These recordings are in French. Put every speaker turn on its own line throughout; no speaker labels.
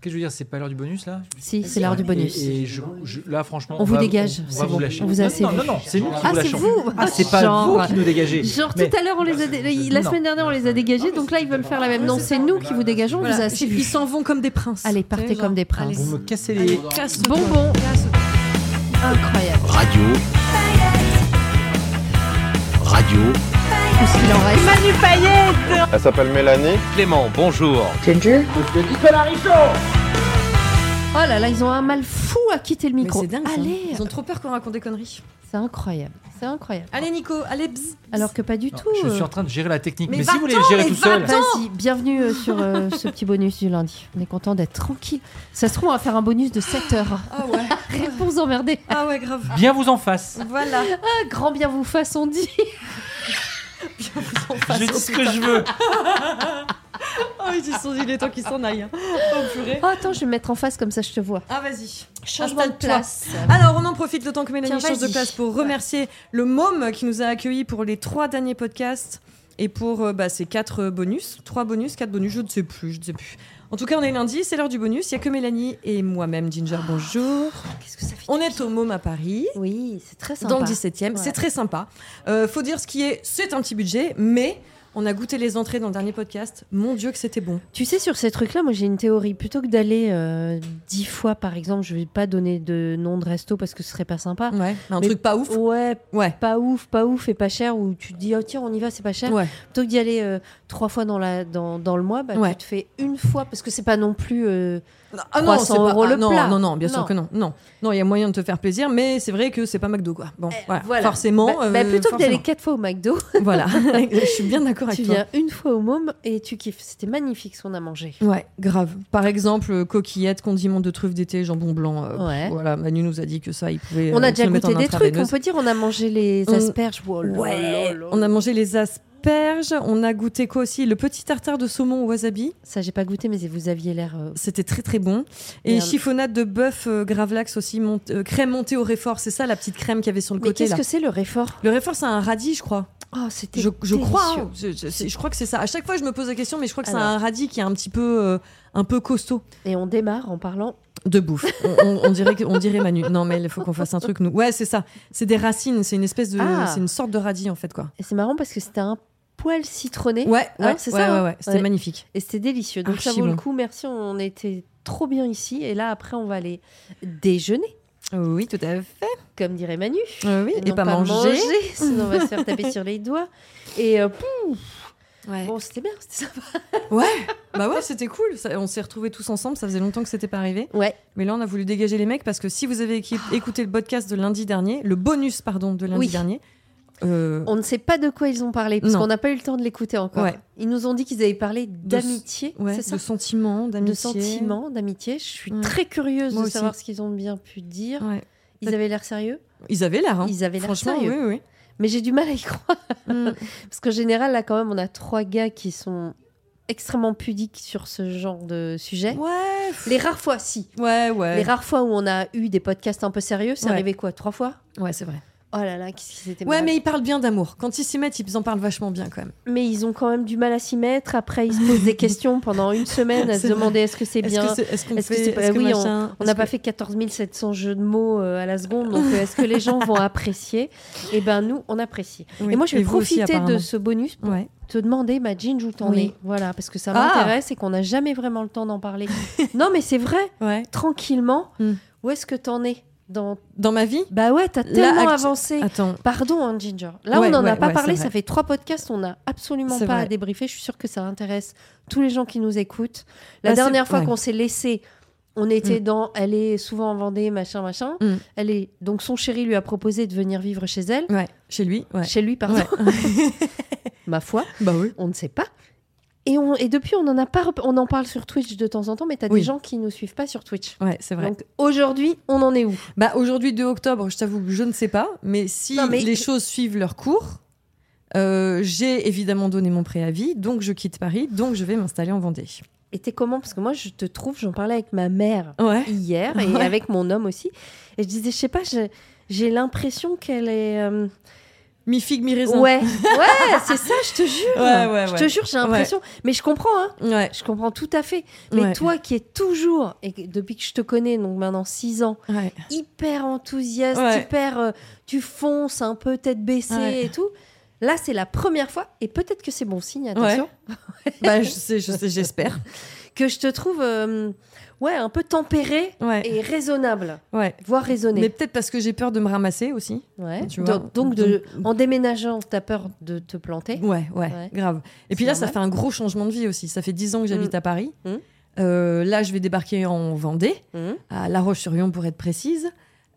Qu'est-ce que je veux dire C'est pas l'heure du bonus là
Si, c'est l'heure du bonus.
Et, et je, je- là, franchement,
On vous
va-
dégage,
On,
c'est
va
bon.
vous lâcher.
On vous a
non,
assez
non, non,
vu.
non, c'est nous qui
Ah,
vous
c'est
lâchons.
vous
Ah, c'est pas
Genre-
vous qui nous dégagez.
Genre
Mais-
tout à l'heure, on les a dé- la
Non.
semaine dernière, on les a dégagés, donc là, ils veulent faire la même. Non, c'est nous qui vous dégageons, on vous a assez
Ils
vu.
s'en vont comme des princes.
Allez, partez comme des princes.
Vous me cassez les.
Allez, casse-toi.
Bonbon.
Casse-toi.
Incroyable.
Radio. Radio.
Tout ce qu'il en reste.
Elle s'appelle Mélanie.
Clément, bonjour.
Oh là là, ils ont un mal fou à quitter le
Mais
micro.
c'est dingue. ça.
Allez,
Ils ont trop peur qu'on raconte des conneries.
c'est incroyable. C'est incroyable.
Allez, Nico, allez, bzz. bzz.
Alors que pas du
Non,
tout.
je
euh,
suis en train de gérer la technique. Mais,
Mais
si vous voulez le gérer
mais
tout seul.
va-t'en.
Vas-y, bienvenue euh, sur euh, ce petit bonus du lundi. On est content d'être tranquille. Ça se trouve, on va faire un bonus de 7 heures.
Ah ouais.
Réponse emmerdée.
Ah ouais, grave.
Bien vous en face.
Voilà.
Un grand bien vous fasse, on dit.
Je dis ce que je veux.
Oh, ils sont, il est temps qu'ils s'en aillent. hein. Oh, purée.
Oh, attends, je vais me mettre en face comme ça, je te vois.
Ah, vas-y.
Changement de
Installe-toi.
place.
Alors, on en profite le temps que Mélanie
Tiens,
change de
vas-y.
place pour remercier le môme qui nous a accueillis pour les trois derniers podcasts et pour euh, bah, ces quatre euh, bonus. Trois bonus, quatre bonus, je ne sais plus, je ne sais plus. En tout cas, on est lundi, c'est l'heure du bonus. Il n'y a que Mélanie et moi-même, Ginger. Bonjour.
Qu'est-ce que ça fait
On est au môme à Paris.
Oui, c'est très sympa.
Dans le 17 e
Ouais.
c'est très sympa. Euh, faut dire ce qui est, c'est un petit budget, mais on a goûté les entrées dans le dernier podcast. Mon Dieu, que c'était bon.
Tu sais, sur ces trucs-là, moi j'ai une théorie. Plutôt que d'aller euh, dix fois, par exemple, je vais pas donner de nom de resto parce que ce serait pas sympa.
Ouais, mais un
Mais-
truc pas ouf.
Ouais,
Ouais.
pas ouf, pas ouf et pas cher, où tu te dis, oh tiens, on y va, c'est pas cher.
Ouais.
Plutôt que d'y aller euh, trois fois dans, la, dans, dans le mois, bah,
Ouais.
tu te fais une fois parce que c'est pas non plus. euh,
Ah non,
300
c'est pas-
euros
ah
le
non,
plat.
Non, non, bien
Non.
sûr que non. Non, non, il y a moyen de te faire plaisir, mais c'est vrai que c'est pas McDo quoi. Bon, voilà.
Eh, voilà.
forcément.
bah- bah,
euh,
plutôt que d'aller
forcément.
quatre fois au McDo,
Voilà, je suis bien d'accord
tu
avec toi.
viens une fois au môme et tu kiffes. C'était magnifique ce qu'on a mangé.
Ouais, grave. Par exemple, euh, coquillettes, condiments de truffes d'été, jambon blanc. euh,
Ouais.
pff, Voilà, Manu nous a dit que ça, il pouvait.
On
euh,
a
se
déjà
le mettre
goûté
en
des trucs, on
intraveineuse.
peut dire, on a mangé les
On-
asperges. Oh là
Ouais.
là là.
On a mangé les asperges. On a goûté quoi aussi Le petit tartare de saumon au wasabi.
Ça, j'ai pas goûté, mais vous aviez l'air. euh,
C'était très très bon. Et
Merde.
chiffonnade de bœuf euh, gravlax aussi, mont- euh, crème montée au réfort. C'est ça la petite crème qu'il y avait sur le
Mais
côté
qu'est-ce
là.
que c'est le réfort
Le réfort, c'est un radis, je crois.
Oh, c'était.
Je, je crois.
délicieux.
hein. Je, je- c'est- je crois que c'est ça. À chaque fois, je me pose la question, mais je crois que c'est
Alors.
un radis qui est un petit peu, euh, un peu costaud
Et on démarre en parlant.
de bouffe. On, on- on dirait, que- on dirait Manu. Non, mais il faut qu'on fasse un truc nous. Ouais, c'est ça. C'est des racines. C'est une espèce de,
Ah.
c'est une sorte de radis en fait quoi.
Et c'est marrant parce que c'était un poil citronné.
Ouais, ouais,
Hein, c'est
c'est
ça,
ça.
hein
ouais, ouais. C'était
Ouais.
magnifique.
Et c'était délicieux. Donc ça
Archi
vaut le
bon.
coup. Merci, on était trop bien ici. Et là, après, on va aller déjeuner,
Oui, tout à fait.
comme dirait Manu.
Euh, oui, et
non
pas, manger.
sinon on va se faire taper sur les doigts. Et euh, pouf.
Ouais.
Bon, c'était bien, c'était sympa.
Bah ouais, c'était cool. Ça- on s'est retrouvés tous ensemble. Ça faisait longtemps que c'était pas arrivé.
Ouais.
Mais là, on a voulu dégager les mecs parce que si vous avez équi- écouté le podcast de lundi dernier, le bonus, pardon, de lundi
Ah. Oui.
dernier, euh,
On ne sait pas de quoi ils ont parlé parce
Non.
qu'on n'a pas eu le temps de l'écouter encore.
Ouais.
Ils nous ont dit qu'ils avaient parlé d'amitié,
ouais,
c'est ça
de sentiments, d'amitié.
De sentiments, d'amitié. Je suis
Ouais.
très curieuse
Moi
de
aussi.
savoir ce qu'ils ont bien pu dire.
Ouais.
Ils avaient l'air sérieux
Ils avaient l'air. Hein.
Ils avaient l'air
Franchement,
sérieux.
Oui,
Mais j'ai du mal à y croire.
oui. Mm.
Parce qu'en général, là, quand même, on a trois gars qui sont extrêmement pudiques sur ce genre de sujet.
ouais. pff,
Les rares fois, si.
Ouais, ouais.
Les rares fois où on a eu des podcasts un peu sérieux, c'est
Ouais.
arrivé quoi Trois fois
Ouais, c'est vrai.
Oh là là, qu'est-ce qui s'était
Ouais, mais ils parlent bien d'amour. Quand ils s'y mettent, ils en parlent vachement bien quand même.
mais ils ont quand même du mal à s'y mettre. Après, ils se posent des questions pendant une semaine à se
C'est vrai.
demander est-ce que c'est
Est-ce
bien.
que c'est- Est-ce qu'on
Est-ce que
fait-
c'est pas-
est-ce que
oui,
machin,
On
est-ce
n'a pas
que-
fait 14 700 jeux de mots euh, à la seconde, donc euh, est-ce que les gens vont apprécier Eh ben nous, on apprécie.
Oui,
Et moi, je vais
vous aussi,
profiter de
apparemment.
ce bonus pour
Ouais.
te demander, ma Jean, où t'en
Oui.
es Voilà, parce que ça
Ah
m'intéresse et qu'on n'a jamais vraiment le temps d'en parler. non, mais c'est vrai,
Ouais.
tranquillement,
Hmm.
où est-ce que t'en es dans...
Dans ma vie.
Bah ouais, t'as
Là,
tellement
actu-
avancé.
Attends.
Pardon, hein, Ginger. Là,
Ouais,
on n'en a
ouais,
pas
ouais,
parlé.
c'est
Ça
vrai.
fait trois podcasts. On n'a absolument
C'est
pas à
vrai.
débriefer. Je suis sûre que ça intéresse tous les gens qui nous écoutent. La
Bah, c'est-
dernière fois
ouais.
qu'on s'est laissé, on était dans. Elle est souvent en Vendée, machin, machin.
Mm.
Elle est. Donc, son chéri lui a proposé de venir vivre chez elle.
Ouais. Chez lui. Ouais.
Chez lui, pardon. Ma foi,
Bah oui.
on ne sait pas. Et, on, et depuis, on en, a pas rep- on en parle sur Twitch de temps en temps, mais t'as
Oui.
des gens qui nous suivent pas sur Twitch.
Ouais, c'est vrai.
Donc aujourd'hui, on en est où
Bah, aujourd'hui, 2 octobre, je t'avoue que je ne sais pas, mais si
Non, mais-
les choses suivent leur cours, euh, j'ai évidemment donné mon préavis, donc je quitte Paris, donc je vais m'installer en Vendée.
Et t'es comment Parce que moi, je te trouve, j'en parlais avec ma mère
Ouais.
hier et
Ouais.
avec mon homme aussi. Et je disais, je sais pas, j'ai- j'ai l'impression qu'elle est. euh,
Mi figue, mi raisin.
Ouais, ouais, c'est ça, je te jure.
Ouais, ouais,
Je
ouais.
te jure, j'ai l'impression. Mais je comprends, hein.
Ouais.
Je comprends tout à fait. Mais
Ouais.
toi qui es toujours, et que- depuis que je te connais, donc maintenant 6 ans,
Ouais.
hyper enthousiaste,
Ouais.
hyper. euh, tu fonces un peu tête baissée
Ouais.
et tout. Là, c'est la première fois, et peut-être que c'est bon signe, attention,
Bah, je sais, je sais, j'espère.
que je te trouve euh, ouais, un peu tempérée
Ouais.
et raisonnable,
Ouais.
voire
Mais
raisonnée.
peut-être parce que j'ai peur de me ramasser aussi.
Ouais.
tu vois,
donc, donc de, en déménageant, t'as peur de te planter.
Ouais, ouais,
Ouais.
grave. Et puis
C'est
là, ça
normal.
fait un gros changement de vie aussi. Ça fait 10 ans que j'habite à Paris.
Mm.
Euh, là, je vais débarquer en Vendée,
Mhm.
à La Roche-sur-Yon pour être précise.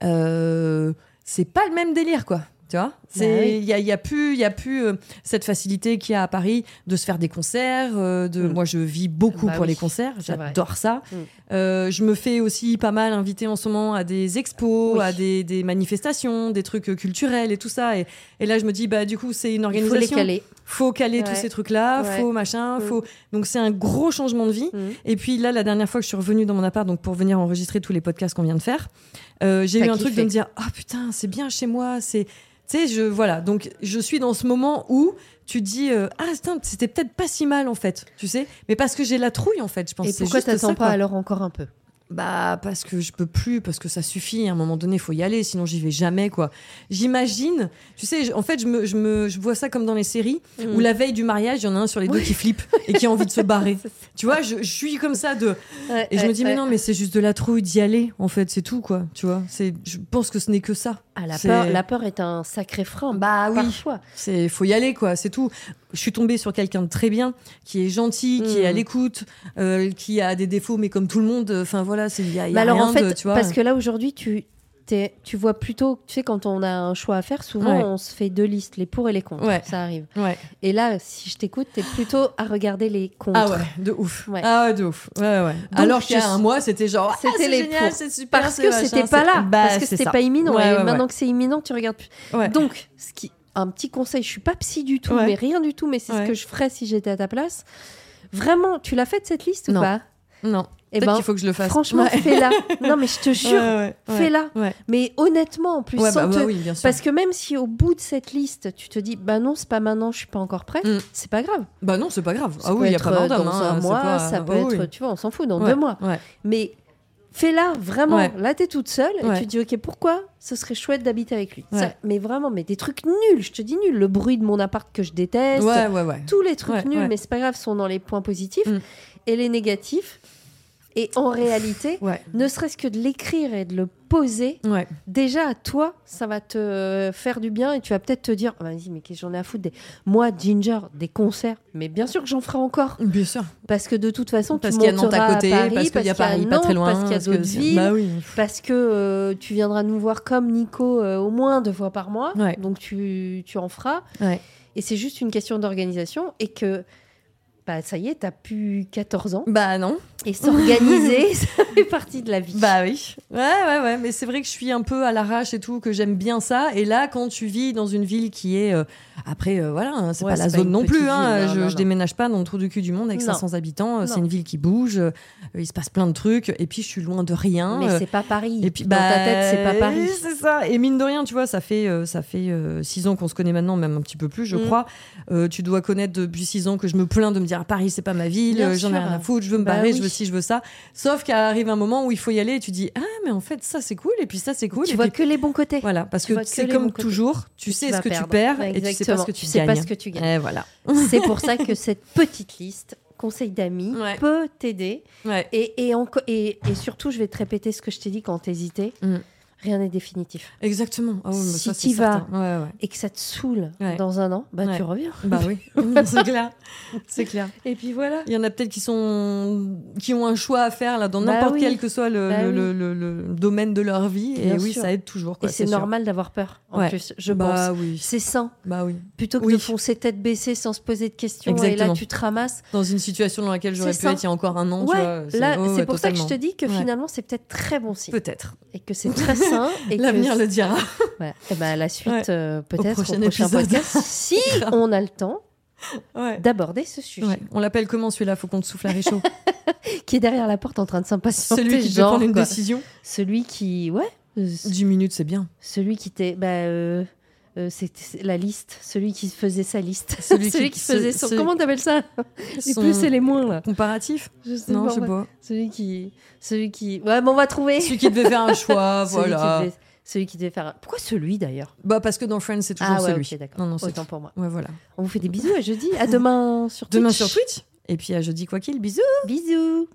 Euh, c'est pas le même délire, quoi. Tu vois, il
Bah oui.
y, a, y a plus, y a plus euh, cette facilité qu'il y a à Paris de se faire des concerts. euh, de,
Mm.
Moi, je vis beaucoup
Bah
pour
oui,
les concerts,
c'est vrai.
j'adore ça.
Mm.
Euh, je me fais aussi pas mal inviter en ce moment à des expos,
Oui.
à des, des manifestations, des trucs euh, culturels et tout ça. Et, et là, je me dis, bah, du coup, c'est une
Il faut les
organisation
caler.
faut caler tous
Ouais.
ces trucs là
Ouais.
faut machin
Mm.
faut donc c'est un gros changement de vie
Mm.
Mmh. et puis là la dernière fois que je suis revenue dans mon appart donc pour venir enregistrer tous les podcasts qu'on vient de faire euh, j'ai eu
T'as
un truc
kiffé.
de me dire ah putain c'est bien chez moi c'est tu sais je voilà donc je suis dans ce moment où tu te dis euh, ah putain c'était peut-être pas si mal en fait tu sais mais parce que j'ai la trouille en fait je pense
Et
C'est
pourquoi
juste
t'attends
ça,
pas
quoi.
alors encore un peu
Bah parce que je peux plus, parce que ça suffit. À un moment donné, faut y aller, sinon j'y vais jamais quoi. J'imagine, tu sais, je- en fait, je me, je me, je vois ça comme dans les séries
Mm.
où la veille du mariage, il y en a un sur les deux qui flippe et qui a envie de se barrer. tu vois, je, je suis comme ça de, et je me dis mais non, mais c'est juste de la trouille d'y aller. En fait, c'est tout quoi. Tu vois, c'est, je pense que ce n'est que ça.
Ah, la,
C'est-
peur, la peur est un sacré frein.
Bah oui.
Parfois.
C'est faut y aller quoi, c'est tout. Je suis tombée sur quelqu'un de très bien, qui est gentil, qui est à
Mm.
l'écoute, euh, qui a des défauts mais comme tout le monde. euh, Enfin voilà, c'est il y a, il y
Mais
a
alors
rien
en fait,
de, tu vois.
parce que là aujourd'hui, tu, t'es- tu vois plutôt, tu sais, quand on a un choix à faire, souvent
Ouais.
on se fait deux listes, les pour et les contre.
Ouais.
Ça arrive.
Ouais.
Et là, si je t'écoute, t'es plutôt à regarder les contre.
Ah ouais, de ouf.
Ouais.
Ah ouais, de ouf. Ouais, ouais.
Donc,
Alors qu'il y
je-
a un mois, c'était genre.
C'était
ah, c'est
les
génial,
pour.
c'est super.
Parce
c'est
que
machin,
c'était
c'est-
pas là,
Bah,
parce que
c'est
c'était
ça.
pas imminent.
Ouais,
et
ouais, ouais.
maintenant que c'est imminent, tu regardes plus.
Ouais.
Donc, ce qui, un petit conseil, je suis pas psy du tout,
Ouais.
mais rien du tout, mais c'est
Ouais.
ce que je ferais si j'étais à ta place. Vraiment, tu l'as faite cette liste
Non.
ou pas
Non.
Eh
Peut-être
ben,
qu'il faut que je le fasse.
Franchement,
Ouais.
fais-la. Non, mais je te jure,
Ouais, ouais, ouais.
fais-la.
Ouais.
Mais honnêtement, en plus,
Ouais,
sans
bah,
te-
bah oui, bien sûr.
Parce que même si au bout de cette liste, tu te dis, bah non, c'est pas maintenant, je suis pas encore prêt,
Mm.
c'est pas grave.
Bah non, c'est pas grave.
Ça
Ah
peut
oui, il y a
être,
pas mort
euh,
d'homme.
Dans
hein,
un
c'est
mois,
pas-
ça peut
Ah
être,
oui.
tu vois, on s'en fout, dans
Ouais,
deux mois.
Ouais.
Mais fais-la, vraiment.
Ouais.
Là, t'es toute seule et
Ouais.
tu te dis, ok, pourquoi ce serait chouette d'habiter avec lui Ça-
Ouais.
Mais vraiment, mais des trucs nuls, je te dis nuls. Le bruit de mon appart que je déteste,
Ouais, ouais, ouais.
tous les trucs
Ouais,
nuls,
ouais.
mais c'est pas grave, sont dans les points positifs
Mm.
et les négatifs. Et en réalité,
Ouais.
ne serait-ce que de l'écrire et de le poser,
Ouais.
déjà à toi, ça va te euh, faire du bien et tu vas peut-être te dire, Ah, vas-y, mais qu'est-ce que j'en ai à foutre des... Moi, Ginger, des concerts, mais bien sûr que j'en ferai encore.
Bien sûr.
Parce que de toute façon,
Parce
tu
qu'il y a
monteras
Nantes à côté,
Paris,
parce qu'il y a Paris pas
Nantes,
très loin.
parce qu'il y a d'autres
que-
villes,
Bah oui.
parce que euh, tu viendras nous voir comme Nico euh, au moins deux fois par mois.
Ouais.
Donc tu, tu en feras.
Ouais.
Et c'est juste une question d'organisation et que bah, ça y est, t'as plus 14 ans
Bah non.
et s'organiser, ça fait partie de la vie.
Bah oui. Ouais, ouais, ouais. Mais c'est vrai que je suis un peu à l'arrache et tout, que j'aime bien ça. Et là, quand tu vis dans une ville qui est. euh, Après, euh, voilà, hein, c'est
Ouais,
pas la
c'est pas
zone
une
non plus.
petite
hein.
ville, non,
je,
non,
je
non.
déménage pas dans le trou du cul du monde avec
Non.
500 habitants. euh, C'est
Non.
une ville qui bouge. euh, il se passe plein de trucs. Et puis, je suis loin de rien.
mais
euh,
c'est pas Paris.
et puis,
dans
bah,
ta tête, c'est pas Paris.
C'est ça. Et mine de rien, tu vois, ça fait euh, ça fait euh, six ans qu'on se connaît maintenant, même un petit peu plus, je
Mm.
crois. Euh, tu dois connaître depuis six ans que je me plains de me dire ah, Paris, c'est pas ma ville,
Bien
euh, j'en ai
sûr.
rien à foutre, je veux me
Bah
barrer,
oui.
je veux ci, je veux ça. Sauf qu'arrive un moment où il faut y aller et tu dis ah mais en fait ça c'est cool et puis ça c'est cool.
Tu
et
vois
puis-
que les bons côtés.
voilà, parce
tu
que
vois que
c'est
les bons
comme
côtés.
toujours, tu sais
vas
ce que tu
perdre.
perds
Ouais,
et tu sais pas
exactement.
ce que tu,
sais
gagnes.
pas ce que tu gagnes.
Et voilà.
C'est pour ça que cette petite liste, conseil d'amis,
Ouais.
peut t'aider.
Ouais.
Et, et, enco- et- et surtout, je vais te répéter ce que je t'ai dit quand t'hésitais.
Mm.
rien n'est définitif.
Exactement. Ah oui, mais
Si
ça, c'est
t'y vas.
certain. Ouais, ouais.
Et que ça te saoule
Ouais.
dans un an, bah
Ouais.
tu reviens.
Bah oui, c'est clair. C'est clair.
Et puis voilà.
Il y en a peut-être qui sont qui ont un choix à faire là dans
Bah
n'importe
oui.
quel que soit le,
Bah
le-
oui.
le- le- le domaine de leur vie et
Bien
oui
sûr.
ça aide toujours
Et
quoi,
c'est
sûr.
normal d'avoir peur, en
Ouais.
plus, je
bah
pense.
oui
C'est sain.
bah oui
Plutôt que
Oui.
de foncer tête baissée sans se poser de questions. Et là,
Exactement.
tu te ramasses.
dans une situation dans laquelle j'aurais
C'est
pu
ça.
être il y a encore un an tu
ouais,
vois,
là,
oh,
c'est
ouais,
pour ça que je te
totalement.
dis que
Ouais.
finalement, c'est peut-être très bon signe.
peut-être
Et que c'est très sain. Et que
l'avenir le dira
Voilà. Eh ben, à la suite,
Ouais.
euh, peut-être, au
prochain
prochain,
épisode.
podcast, si on a le temps
ouais.
d'aborder ce sujet
Ouais. on l'appelle comment celui-là faut qu'on te souffle à réchaud
qui est derrière la porte en train de s'impatienter.
celui qui peut
genre,
prendre une
quoi.
décision
Celui qui. Ouais. euh, ce-
10 minutes c'est bien
Celui qui t'est. Bah, euh, euh, c'est c'est la liste. Celui qui faisait sa liste.
Celui
Celui,
qui-
qui, faisait
ce-
son.
ce-
Comment t'appelles ça Les
Son-
plus et les moins, là.
comparatif
Je sais
non
pas,
je sais
ouais.
pas
Celui qui. Celui qui. Ouais, mais on va trouver.
celui qui devait faire un choix
Celui qui
voilà
devait- Celui qui devait faire. Pourquoi celui d'ailleurs
bah parce que dans Friends c'est toujours
Ah ouais,
celui
ok, d'accord.
non non c'est
Autant pour moi.
ouais voilà
On vous fait des bisous à jeudi. À demain sur
demain
Twitch.
sur Twitch et puis à jeudi quoi qu'il bisous
Bisous.